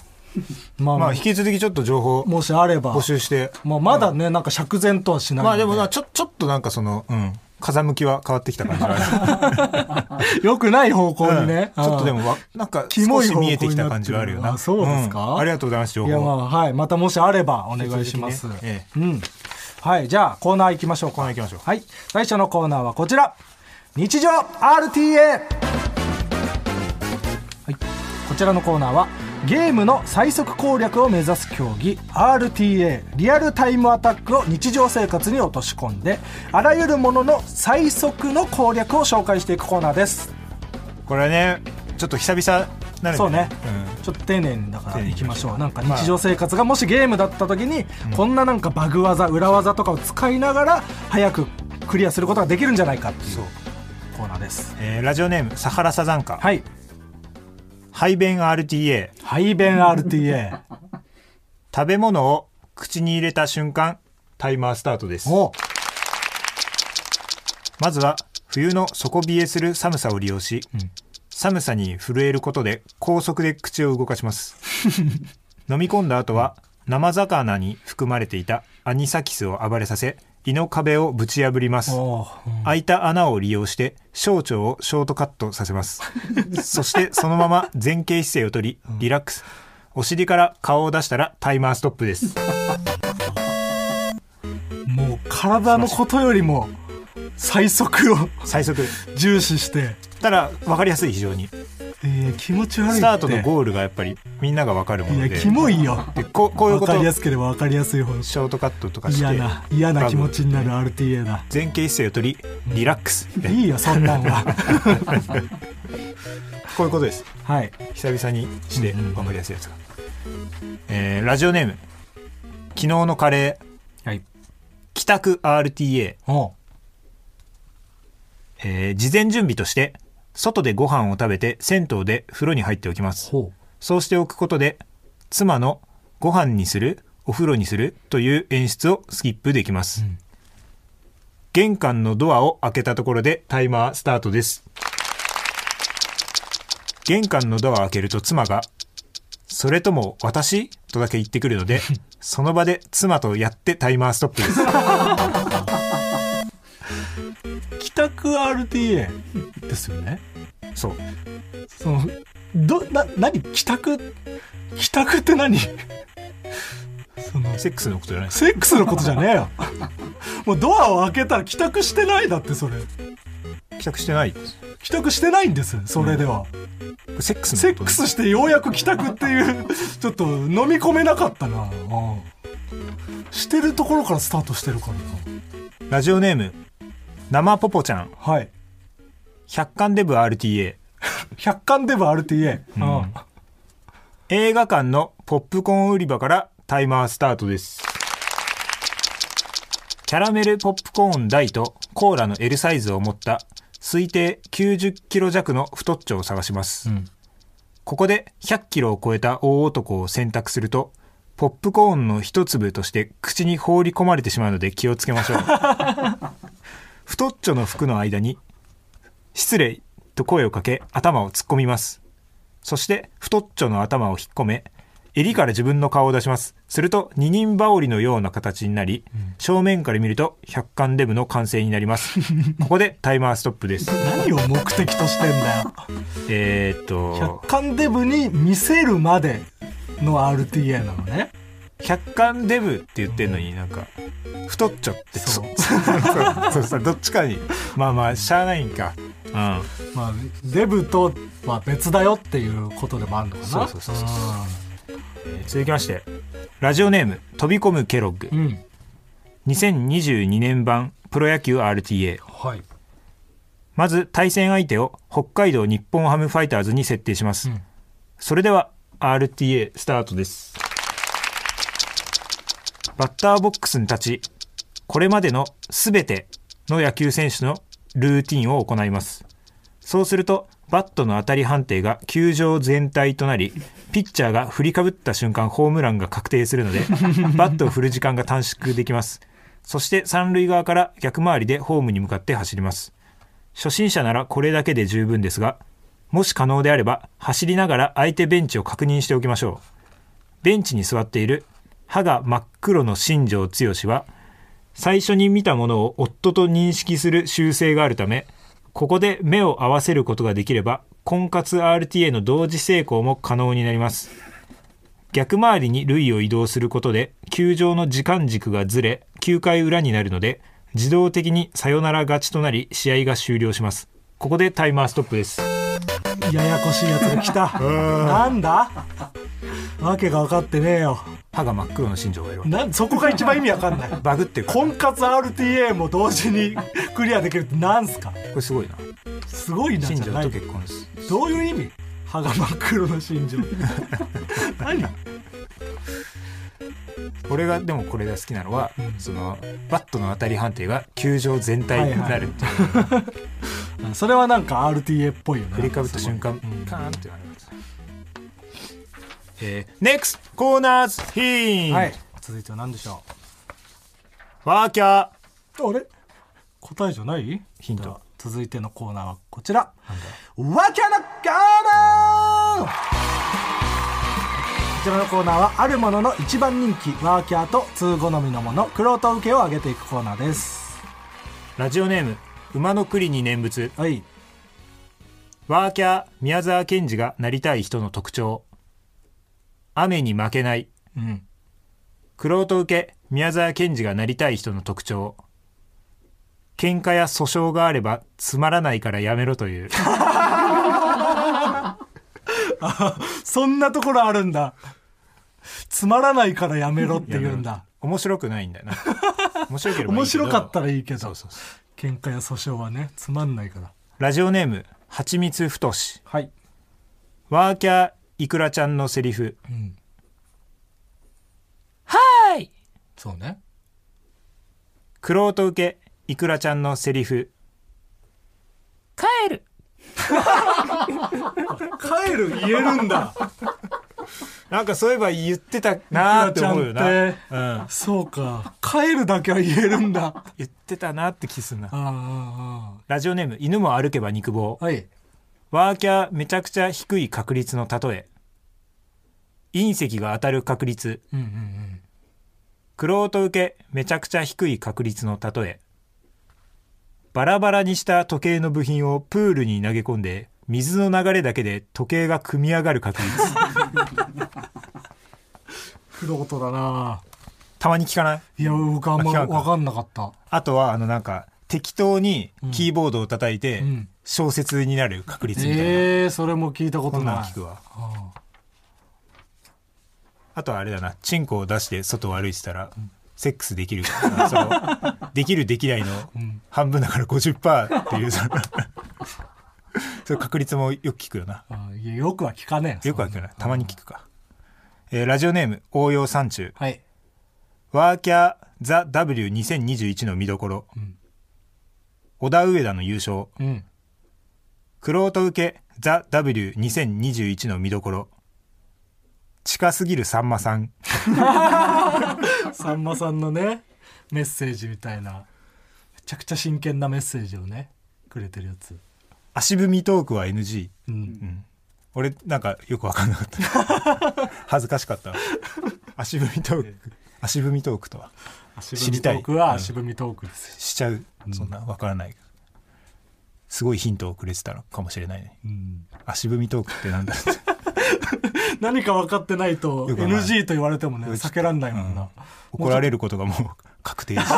Speaker 3: まあ、
Speaker 2: まあ引き続きちょっと情報
Speaker 3: もしあれば
Speaker 2: 募集して
Speaker 3: まあ、まだね、なんか釈然とはしないん、
Speaker 2: まあでもなちょちょっとなんかそのうん風向きは変わってきた感じがある
Speaker 3: よくない方向にね、
Speaker 2: うんちょっとで
Speaker 3: うん
Speaker 2: もわなんか
Speaker 3: キ
Speaker 2: 少
Speaker 3: モい
Speaker 2: し
Speaker 3: 方向
Speaker 2: 見えてきた感じはあるよな
Speaker 3: になってるあそうですか
Speaker 2: んありがとうございます情
Speaker 3: いやま
Speaker 2: 報
Speaker 3: あはいまたもしあればお願いします、
Speaker 2: 引き続きねえ
Speaker 3: うんはいじゃあコーナー行きましょうコ
Speaker 2: ーナー行きましょう
Speaker 3: はい最初のコーナーはこちら日常 RTA はい、こちらのコーナーはゲームの最速攻略を目指す競技 RTA リアルタイムアタックを日常生活に落とし込んであらゆるものの最速の攻略を紹介していくコーナーです
Speaker 2: これねちょっと久々なるんだ
Speaker 3: そうね、
Speaker 2: う
Speaker 3: ちょっと丁寧にだか
Speaker 2: 丁
Speaker 3: ら
Speaker 2: 寧に
Speaker 3: いきましょうなんか
Speaker 2: まあ
Speaker 3: 日常生活がもしゲームだった時に、こんななんかバグ技裏技とかを使いながら早くクリアすることができるんじゃないかっていうコーナーで
Speaker 2: ん
Speaker 3: す
Speaker 2: えーラジオネームサハラサザンカ、
Speaker 3: はい
Speaker 2: 排便 RTA
Speaker 3: 排便 RTA
Speaker 2: 食べ物を口に入れた瞬間タイマースタートです
Speaker 3: お
Speaker 2: まずは冬の底冷えする寒さを利用し、寒さに震えることで高速で口を動かします 飲み込んだ後は生魚に含まれていたアニサキスを暴れさせ胃の壁をぶち破ります
Speaker 3: おうん
Speaker 2: 開いた穴を利用して小腸をショートカットさせます そしてそのまま前傾姿勢をとりリラックスお尻から顔を出したらタイマーストップです
Speaker 3: もう体のことよりも最速を
Speaker 2: 最速
Speaker 3: 重視して、
Speaker 2: ただ分かりやすい非常に
Speaker 3: えー、気持ち悪いって
Speaker 2: スタートのゴールがやっぱりみんなが分かるも
Speaker 3: い
Speaker 2: の
Speaker 3: や
Speaker 2: で
Speaker 3: キモいよ
Speaker 2: でこうこういう
Speaker 3: 分
Speaker 2: こ
Speaker 3: か
Speaker 2: と
Speaker 3: りやすければ分かりやすいほど
Speaker 2: ショートカットとかして
Speaker 3: 嫌な嫌な気持ちになる
Speaker 2: バ
Speaker 3: RTA だ
Speaker 2: ブ前傾姿勢をとりリラックス
Speaker 3: いいよそんなん は
Speaker 2: こういうことです
Speaker 3: はい
Speaker 2: 久々にして
Speaker 3: うんうんうん
Speaker 2: 分かりやすいやつが、えーラジオネーム昨日のカレー
Speaker 3: はい
Speaker 2: 帰宅 RTA
Speaker 3: おう
Speaker 2: えー事前準備として外でご飯を食べて銭湯で風呂に入っておきます
Speaker 3: ほ
Speaker 2: そうしておくことで妻のご飯にするお風呂にするという演出をスキップできます、
Speaker 3: うん
Speaker 2: 玄関のドアを開けたところでタイマースタートです玄関のドアを開けると妻が、それとも私とだけ言ってくるので、 その場で妻とやってタイマーストップです。
Speaker 3: 帰宅 RTA ですよね
Speaker 2: そう。
Speaker 3: そのどな何帰宅帰宅って 何その
Speaker 2: セックスのことじゃないです。
Speaker 3: セックスのことじゃねえ よもうドアを開けたら帰宅してないだってそれ
Speaker 2: 帰宅してないです。
Speaker 3: 帰宅してないんですそれでは、
Speaker 2: セックス
Speaker 3: セ
Speaker 2: の
Speaker 3: ッ
Speaker 2: こと
Speaker 3: クスしてようやく帰宅っていう ちょっと飲み込めなかったな、うんしてるところからスタートしてるからな
Speaker 2: ラジオネーム、生ポポちゃん、
Speaker 3: はい
Speaker 2: 百貫デブ RTA。
Speaker 3: 百貫デブ RTA、うん
Speaker 2: 映画館のポップコーン売り場からタイマースタートですキャラメルポップコーン大とコーラの L サイズを持った推定90キロ弱の太っちょを探します、
Speaker 3: ん
Speaker 2: ここで100キロを超えた大男を選択するとポップコーンの一粒として口に放り込まれてしまうので気をつけましょう太っちょの服の間に「失礼」と声をかけ頭を突っ込みますそして太っちょの頭を引っ込め襟から自分の顔を出しますすると二人羽織のような形になり、正面から見ると百貫デブの完成になりますここでタイマーストップです
Speaker 3: 何を目的としてんだよ
Speaker 2: えーっと
Speaker 3: 百貫デブに見せるまでの RTA なのね
Speaker 2: 百貫デブって言ってんのになんか太っちょって
Speaker 3: そう
Speaker 2: そうそうそうどっちかにまあまあしゃあないんかうん
Speaker 3: まあデブとは別だよっていうことでもあるのかな
Speaker 2: そうそうそうそうえー続きましてラジオネーム飛び込むケロッグ
Speaker 3: うんうん
Speaker 2: 2022年版プロ野球 RTA
Speaker 3: はい
Speaker 2: まず対戦相手を北海道日本ハムファイターズに設定します、
Speaker 3: うん
Speaker 2: それでは RTA スタートですバッターボックスに立ちこれまでの全ての野球選手のルーティンを行いますそうするとバットの当たり判定が球場全体となりピッチャーが振りかぶった瞬間ホームランが確定す るのでバットを振る時間が短縮できますそして三塁側から逆回りでホームに向かって走ります初心者ならこれだけで十分ですが、もし可能であれば走りながら相手ベンチを確認しておきましょう。ベンチに座っている歯が真っ黒の新庄剛志は、最初に見たものを夫と認識する習性があるため、ここで目を合わせることができれば、婚活 RTA の同時成功も可能になります。逆回りに塁を移動することで球場の時間軸がずれ9回裏になるので自動的にサヨナラ勝ちとなり試合が終了しますここでタイマーストップです
Speaker 3: ややこしいやつが 来たなんだわけが分かってねえよ
Speaker 2: 歯が真っ黒の新庄がいるわ
Speaker 3: なんそこが一番意味わかんない
Speaker 2: バグってるからこ
Speaker 3: 婚活 RTA も同時に クリアできるってなんすか
Speaker 2: れすごいな
Speaker 3: すごいな
Speaker 2: 新
Speaker 3: じゃ
Speaker 2: 庄
Speaker 3: ない
Speaker 2: と結婚です
Speaker 3: どういう意味歯が真っ黒の心 情何
Speaker 2: 俺がでもこれが好きなのは、そのバットの当たり判定が球場全体になるっていう、
Speaker 3: それはなんか RTA っぽいよね
Speaker 2: 振りかぶった瞬間パーンってなりますえー、NEXT コーナーズヒン、
Speaker 3: はい続いては何でしょ
Speaker 2: ワーキャー
Speaker 3: うあれ答えじゃない
Speaker 2: ヒント
Speaker 3: では続いてのコーナーはこちらわけのコーナーこちらのコーナーはあるものの一番人気ワーキャーと通好みのものクロート受けを上げていくコーナーです
Speaker 2: ラジオネーム馬の栗に念仏
Speaker 3: はい
Speaker 2: ワーキャー宮沢賢治がなりたい人の特徴雨に負けない
Speaker 3: うん
Speaker 2: クロと受け宮沢賢治がなりたい人の特徴喧嘩や訴訟があればつまらないからやめろという
Speaker 3: そんなところあるんだつまらないからやめろって言うんだ
Speaker 2: 面白くないんだ よな面白ければいいけど
Speaker 3: 面白かったらいいけど
Speaker 2: そうそうそう
Speaker 3: 喧嘩や訴訟はねつまんないから
Speaker 2: ラジオネームはちみつふとし
Speaker 3: はい、
Speaker 2: ワーキャーいくらちゃんのセリフ
Speaker 3: うん、そうね
Speaker 2: クロと受けいくらちゃんのセリフ
Speaker 1: 帰る
Speaker 3: 帰る言えるんだ
Speaker 2: なんかそういえば言ってたなーって思うよ
Speaker 3: いく
Speaker 2: な、
Speaker 3: らち
Speaker 2: うん、
Speaker 3: そうか帰るだけは言えるんだ あ
Speaker 2: 言ってたなって気すんな
Speaker 3: ああ
Speaker 2: ラジオネーム犬も歩けば肉棒
Speaker 3: あはい
Speaker 2: ワーキャーめちゃくちゃ低い確率の例え隕石が当たる確率
Speaker 3: うんうんうん
Speaker 2: クロート受けめちゃくちゃ低い確率の例えバラバラにした時計の部品をプールに投げ込んで水の流れだけで時計が組み上がる確率
Speaker 3: フロートだな
Speaker 2: たまに聞かない
Speaker 3: いや僕あんま
Speaker 2: あ違うか
Speaker 3: 分かんなかった
Speaker 2: あとはあのなんか適当にキーボードを叩いて
Speaker 3: うん
Speaker 2: 小説になる確率みたいな、
Speaker 3: えー、それも聞いたこと
Speaker 2: こんなの
Speaker 3: な
Speaker 2: 聞
Speaker 3: い
Speaker 2: くわ
Speaker 3: ああ
Speaker 2: あとはあれだなチンコを出して外を歩いてたら、セックスできるからその できるできないの
Speaker 3: ん
Speaker 2: 半分だから50%っていうその そういう確率もよく聞くよな
Speaker 3: ああいやよくは聞かねえ
Speaker 2: よくは聞かない
Speaker 3: そん
Speaker 2: たまに聞くか、えーラジオネーム応用山中
Speaker 3: はい
Speaker 2: ワーキャーザ・ W2021 の見どころ、
Speaker 3: ん
Speaker 2: 小田上田の優勝
Speaker 3: うん
Speaker 2: クロート受けザ・ W2021 の見どころ近すぎるさんまさん
Speaker 3: さんまさんのねメッセージみたいなめちゃくちゃ真剣なメッセージをねくれてるやつ
Speaker 2: 足踏みトークは NG
Speaker 3: うん
Speaker 2: うん、俺なんかよく分かんなかった 恥ずかしかった足踏みトーク足踏みトークとは
Speaker 3: 足
Speaker 2: 踏
Speaker 3: 踏
Speaker 2: み
Speaker 3: み
Speaker 2: ト
Speaker 3: ト
Speaker 2: ー
Speaker 3: ー
Speaker 2: ク
Speaker 3: ク
Speaker 2: は
Speaker 3: は
Speaker 2: 足
Speaker 3: 足踏みトークです
Speaker 2: しちゃうそんな分からないけどすごいヒントをくれてたのかもしれないね足踏みトークってなんだって
Speaker 3: 何か分かってない
Speaker 2: よ
Speaker 3: と
Speaker 2: くわかんない
Speaker 3: NG と言われてもね
Speaker 2: よく
Speaker 3: 避けらんないもんな、
Speaker 2: 怒られることがもう 確定して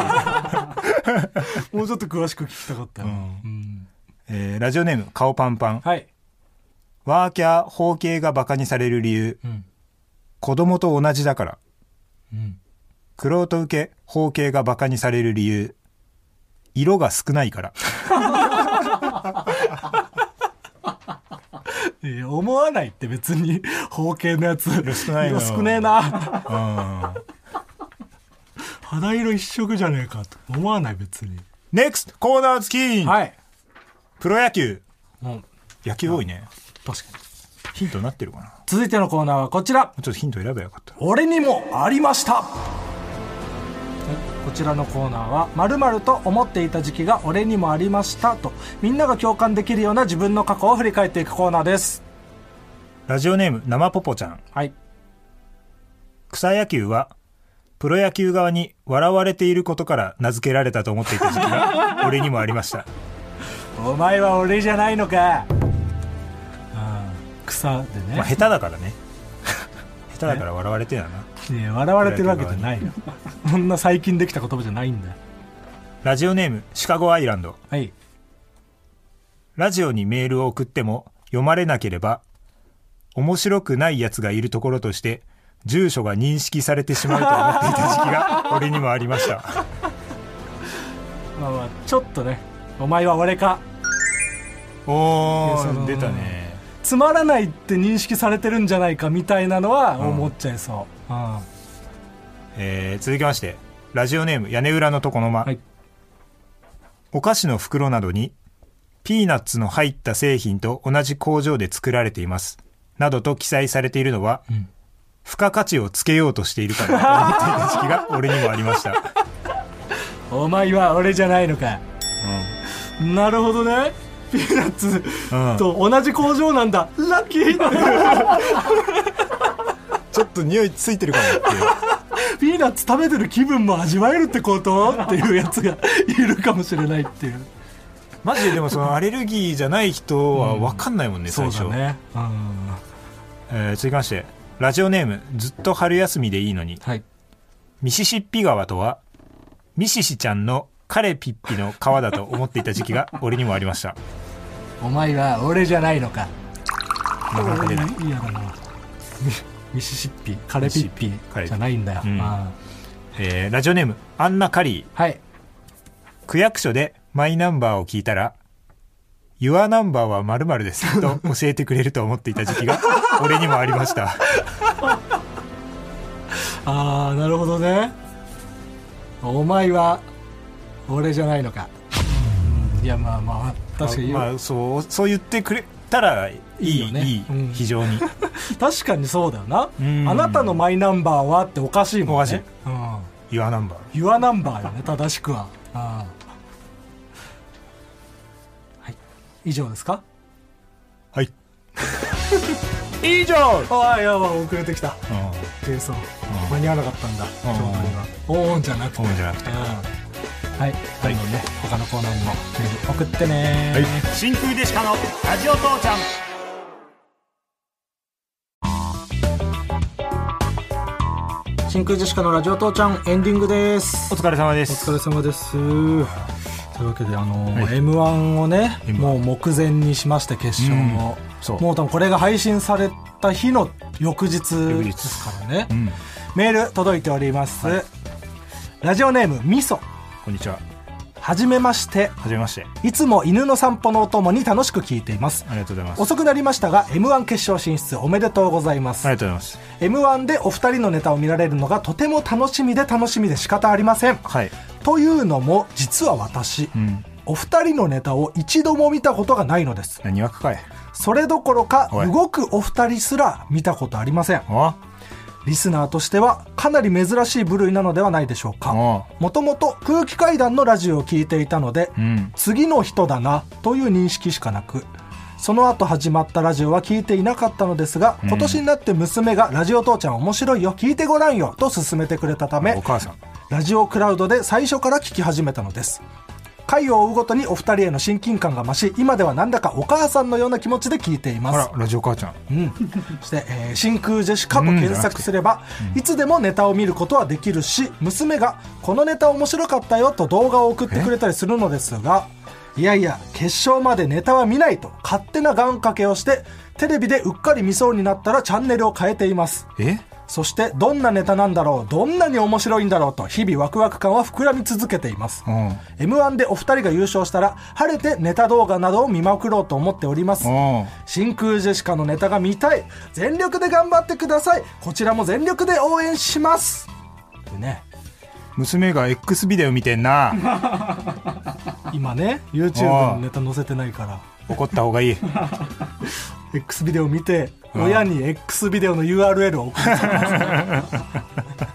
Speaker 2: いる、
Speaker 3: もうちょっと詳しく聞きたかったよ、うん
Speaker 2: えーラジオネーム顔パンパン
Speaker 3: はい、
Speaker 2: ワーキャー包茎がバカにされる理由
Speaker 3: うん
Speaker 2: 子供と同じだから
Speaker 3: うん、
Speaker 2: クロート受け包茎がバカにされる理由色が少ない から
Speaker 3: いや思わないって別に 包茎のやつ色
Speaker 2: 少ないの
Speaker 3: 少ねえな
Speaker 2: うん
Speaker 3: 肌色一色じゃねえかと思わない別に
Speaker 2: NEXT コーナー付き、
Speaker 3: はい
Speaker 2: プロ野球
Speaker 3: もう
Speaker 2: 野球多いね
Speaker 3: 確かに
Speaker 2: ヒントになってるかなも
Speaker 3: 続いてのコーナーはこちら
Speaker 2: うちょっとヒント選べばよかった
Speaker 3: 俺にもありましたこちらのコーナーは「まると思っていた時期が俺にもありました」とみんなが共感できるような自分の過去を振り返っていくコーナーです
Speaker 2: ラジオネーム生ポポちゃん
Speaker 3: はい
Speaker 2: 草野球はプロ野球側に笑われていることから名付けられたと思っていた時期 が俺にもありました
Speaker 3: お前は俺じゃないのかあー草で
Speaker 2: まあ
Speaker 3: ね
Speaker 2: 下手だからね下手だから笑われてだな
Speaker 3: ね笑われてるわけじゃな いよそんな最近できた言葉じゃないんだよ
Speaker 2: ラジオネームシカゴアイランド
Speaker 3: はい
Speaker 2: ラジオにメールを送っても読まれなければ面白くないやつがいるところとして住所が認識されてしまうと思っていた時期 が俺にもありました
Speaker 3: まあまあちょっとねお前は俺か
Speaker 2: お
Speaker 3: いやそ
Speaker 2: ー
Speaker 3: の
Speaker 2: 出たね
Speaker 3: つまらないって認識されてるんじゃないかみたいなのは思っちゃいそう、うん
Speaker 2: えー続きましてラジオネーム屋根裏の床の間、
Speaker 3: はい
Speaker 2: お菓子の袋などにピーナッツの入った製品と同じ工場で作られていますなどと記載されているのは、
Speaker 3: ん
Speaker 2: 付加価値をつけようとしているからと思っていた時期が俺にもありました、
Speaker 3: お前は俺じゃないのかなるほどねピーナッツ
Speaker 2: うん
Speaker 3: と同じ工場なんだ、ラッキー
Speaker 2: ちょっと匂いついてるかもっていう
Speaker 3: ピーナッツ食べてる気分も味わえるってことっていうやつがいるかもしれないっていう
Speaker 2: マジででもそのアレルギーじゃない人は分かんないもんね、最初、
Speaker 3: ねうん
Speaker 2: えー続きましてラジオネームずっと春休みでいいのに
Speaker 3: はい
Speaker 2: ミシシッピ川とはミシシちゃんの彼ピッピの川だと思っていた時期 が俺にもありました
Speaker 3: お前は俺じゃないのか
Speaker 2: なかなか出ない
Speaker 3: 嫌だなミミシシッピカレピッピ
Speaker 2: カレピ
Speaker 3: じゃないんだよ、
Speaker 2: うん
Speaker 3: あ
Speaker 2: えーラジオネームアンナ・カリー
Speaker 3: ーはい
Speaker 2: 区役所でマイナンバーを聞いたら「Your ナンバーは〇〇です」と教えてくれると思っていた時期 が俺にもありました
Speaker 3: ああなるほどねお前は俺じゃないのかいやまあまあ確かに、
Speaker 2: まあそうそう言ってくれたらいい
Speaker 3: いいよね
Speaker 2: いい
Speaker 3: うん
Speaker 2: 非常 に
Speaker 3: 確かにそうだよな
Speaker 2: うん
Speaker 3: あなたのマイナンバーはっておかしいもんね
Speaker 2: おかしい
Speaker 3: うん、
Speaker 2: 「Your ナンバー
Speaker 3: ユアナンバーよね正しくは、うんはい、以上ですか
Speaker 2: 以上
Speaker 3: ああいやばい遅れてきた
Speaker 2: うん
Speaker 3: ジェイソン
Speaker 2: ん
Speaker 3: 間に合わなかったんだちょうど今オーンじゃなくて
Speaker 2: オーンじゃなくて
Speaker 3: うんはいどんどんね他のコーナーにもメール送ってね
Speaker 2: はい
Speaker 4: 真空ジェシカのラジオ父ちゃん
Speaker 3: 真空ジェシカのラジオ父ちゃんエンディングです
Speaker 4: お疲れ様で
Speaker 3: お疲
Speaker 4: す
Speaker 3: れ様ですというわけであのー、
Speaker 2: はい
Speaker 3: m 1をね
Speaker 2: M1
Speaker 3: もう目前にしまして決勝も、
Speaker 2: そう
Speaker 3: もう多分これが配信された日の翌日
Speaker 2: 翌日
Speaker 3: ですからね、
Speaker 2: うん
Speaker 3: メール届いております、ラジオネームみそ
Speaker 2: こんにちは
Speaker 3: はじめまして
Speaker 2: はじめまして
Speaker 3: いつも犬の散歩のお供に楽しく聞いています
Speaker 2: ありがとうございます
Speaker 3: 遅くなりましたが m 1決勝進出おめでとうございます、
Speaker 2: ありがとうございます
Speaker 3: m 1でお二人のネタを見られるのがとても楽しみで楽しみで仕方ありません
Speaker 2: はい
Speaker 3: というのも実は私、
Speaker 2: うん
Speaker 3: お二人のネタを一度も見たことがないのです
Speaker 2: 何枠かい
Speaker 3: それどころか
Speaker 2: おい
Speaker 3: 動くお二人すら見たことありません
Speaker 2: あ
Speaker 3: リスナーとしてはかなり珍しい部類なのではないでしょうか
Speaker 2: あ
Speaker 3: もともと空気階段のラジオを聞いていたので、
Speaker 2: うん
Speaker 3: 次の人だなという認識しかなくその後始まったラジオは聞いていなかったのですが、今年になって娘が「ラジオ父ちゃん面白いよ聞いてごらんよ」と勧めてくれたため
Speaker 2: お母さん
Speaker 3: ラジオクラウドで最初から聞き始めたのです回を追うごとにお二人への親近感が増し今ではなんだかお母さんのような気持ちで聞いています
Speaker 2: あらラジオ母ちゃん
Speaker 3: うん、そして、えー真空ジェシカと検索すれば、いつでもネタを見ることはできるし娘が「このネタ面白かったよ」と動画を送ってくれたりするのですがいやいや決勝までネタは見ないと勝手な願掛けをしてテレビでうっかり見そうになったらチャンネルを変えています
Speaker 2: え
Speaker 3: そしてどんなネタなんだろうどんなに面白いんだろうと日々ワクワク感は膨らみ続けています、
Speaker 2: うん
Speaker 3: m 1でお二人が優勝したら晴れてネタ動画などを見まくろうと思っております
Speaker 2: うん
Speaker 3: 真空ジェシカのネタが見たい全力で頑張ってくださいこちらも全力で応援しますでね
Speaker 2: 娘が X ビデオ見てん な
Speaker 3: 今ね YouTube のネタ載せてないから
Speaker 2: 怒った方がいい
Speaker 3: X ビデオ見て親に X ビデオの URL を送ってたんですね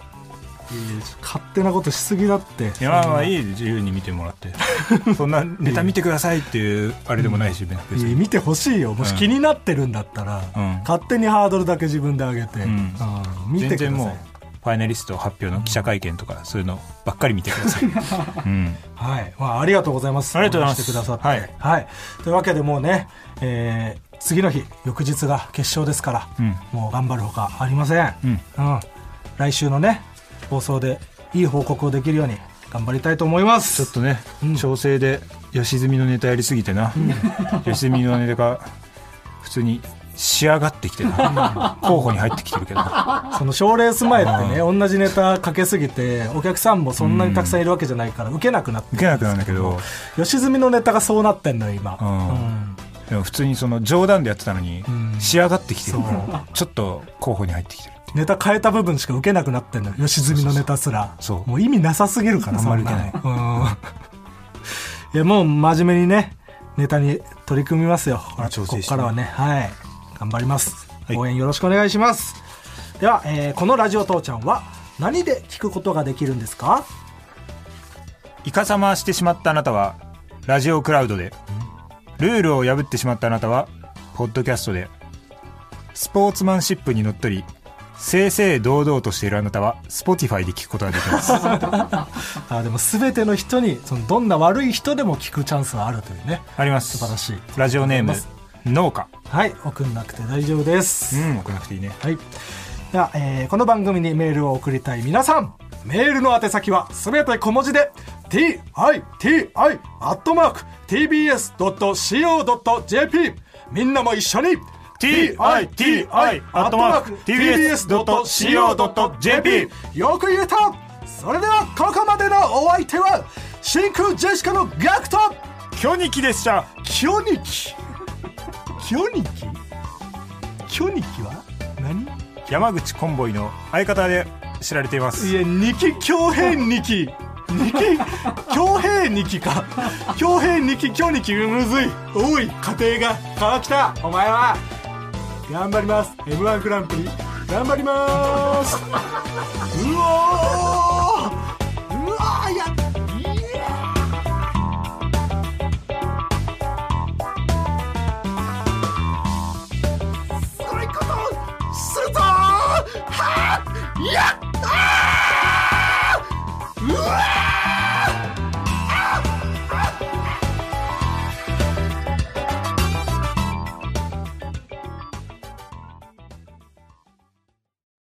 Speaker 3: 勝手なことしすぎだって
Speaker 2: いやまあまあいい自由に見てもらって そんなネタ見てくださいっていうあれでもないし別
Speaker 3: いや
Speaker 2: に
Speaker 3: 見てほしいよもし気になってるんだったら、
Speaker 2: うん
Speaker 3: 勝手にハードルだけ自分で上げて、
Speaker 2: ん
Speaker 3: うん見て
Speaker 2: 全
Speaker 3: くだ
Speaker 2: 然も
Speaker 3: さい
Speaker 2: うファイナリスト発表の記者会見とかそういうのばっかり見てくだ さいうん
Speaker 3: はい、まあ、ありがとうございます。
Speaker 2: ありがとうございます
Speaker 3: 応援してくださって、は
Speaker 2: はいい、
Speaker 3: というわけでもうね、えー次の日、翌日が決勝ですから、
Speaker 2: うん
Speaker 3: もう頑張るほかありません。
Speaker 2: うん
Speaker 3: 来週のね、放送でいい報告をできるように頑張りたいと思います。
Speaker 2: ちょっとね、調整で良純のネタやりすぎてな、良純のネタが普通に仕上がってきてな、候補に入ってきてるけど、
Speaker 3: その賞レース前ってね、同じネタかけすぎて、お客さんもそんなにたくさんいるわけじゃないから、受けなくなって
Speaker 2: 受けなくなるんだけど、
Speaker 3: 吉住のネタがそうなってんのよ、今。
Speaker 2: うんでも普通にその冗談でやってたのに
Speaker 3: ん
Speaker 2: 仕上がってきてるか
Speaker 3: そう
Speaker 2: ら、ちょっと候補に入ってきてる。
Speaker 3: ネタ変えた部分しか受けなくなってんのよ吉住のネタすら
Speaker 2: そうそうそう
Speaker 3: もう意味なさすぎるから
Speaker 2: あんまり
Speaker 3: そな
Speaker 2: 受け
Speaker 3: うんいやもう真面目にねネタに取り組みますよこ
Speaker 2: あ調整して
Speaker 3: こ
Speaker 2: ね
Speaker 3: っからはねはい頑張ります、
Speaker 2: はい
Speaker 3: 応援よろしくお願いしますでは、えーこの「ラジオ父ちゃん」は何で聞くことができるんですか
Speaker 2: イカサマしてしまったあなたは、ラジオクラウドで、ルールを破ってしまったあなたは、ポッドキャストで、スポーツマンシップにのっとり、正々堂々としているあなたは、スポティファイで聞くことができ ます。
Speaker 3: あでも全ての人にそのどんな悪い人でも聞くチャンスはあるというね
Speaker 2: あります
Speaker 3: 素晴らしい
Speaker 2: ラジオネーム農家
Speaker 3: はい送んなくて大丈夫です、
Speaker 2: うん送らなくていいね
Speaker 3: はい。では、えーこの番組にメールを送りたい皆さん、メールの宛先はすべて小文字で、t i t i t b s c o j p みんなも一緒に
Speaker 2: TITI@tbs.co.jp
Speaker 3: よく言えたそれではここまでのお相手は真空ジェシカのガクト
Speaker 2: キョニキでした
Speaker 3: キョニキキョニキキョニキは何
Speaker 2: 山口コンボイの相方で知られていま
Speaker 3: い
Speaker 2: す
Speaker 3: や、二期、強兵二期。二期、強兵二期か。強兵二期、強二期、むずい。多い、家庭が。川北、お前は。頑張ります。M1 グランプリ。頑張ります。うおー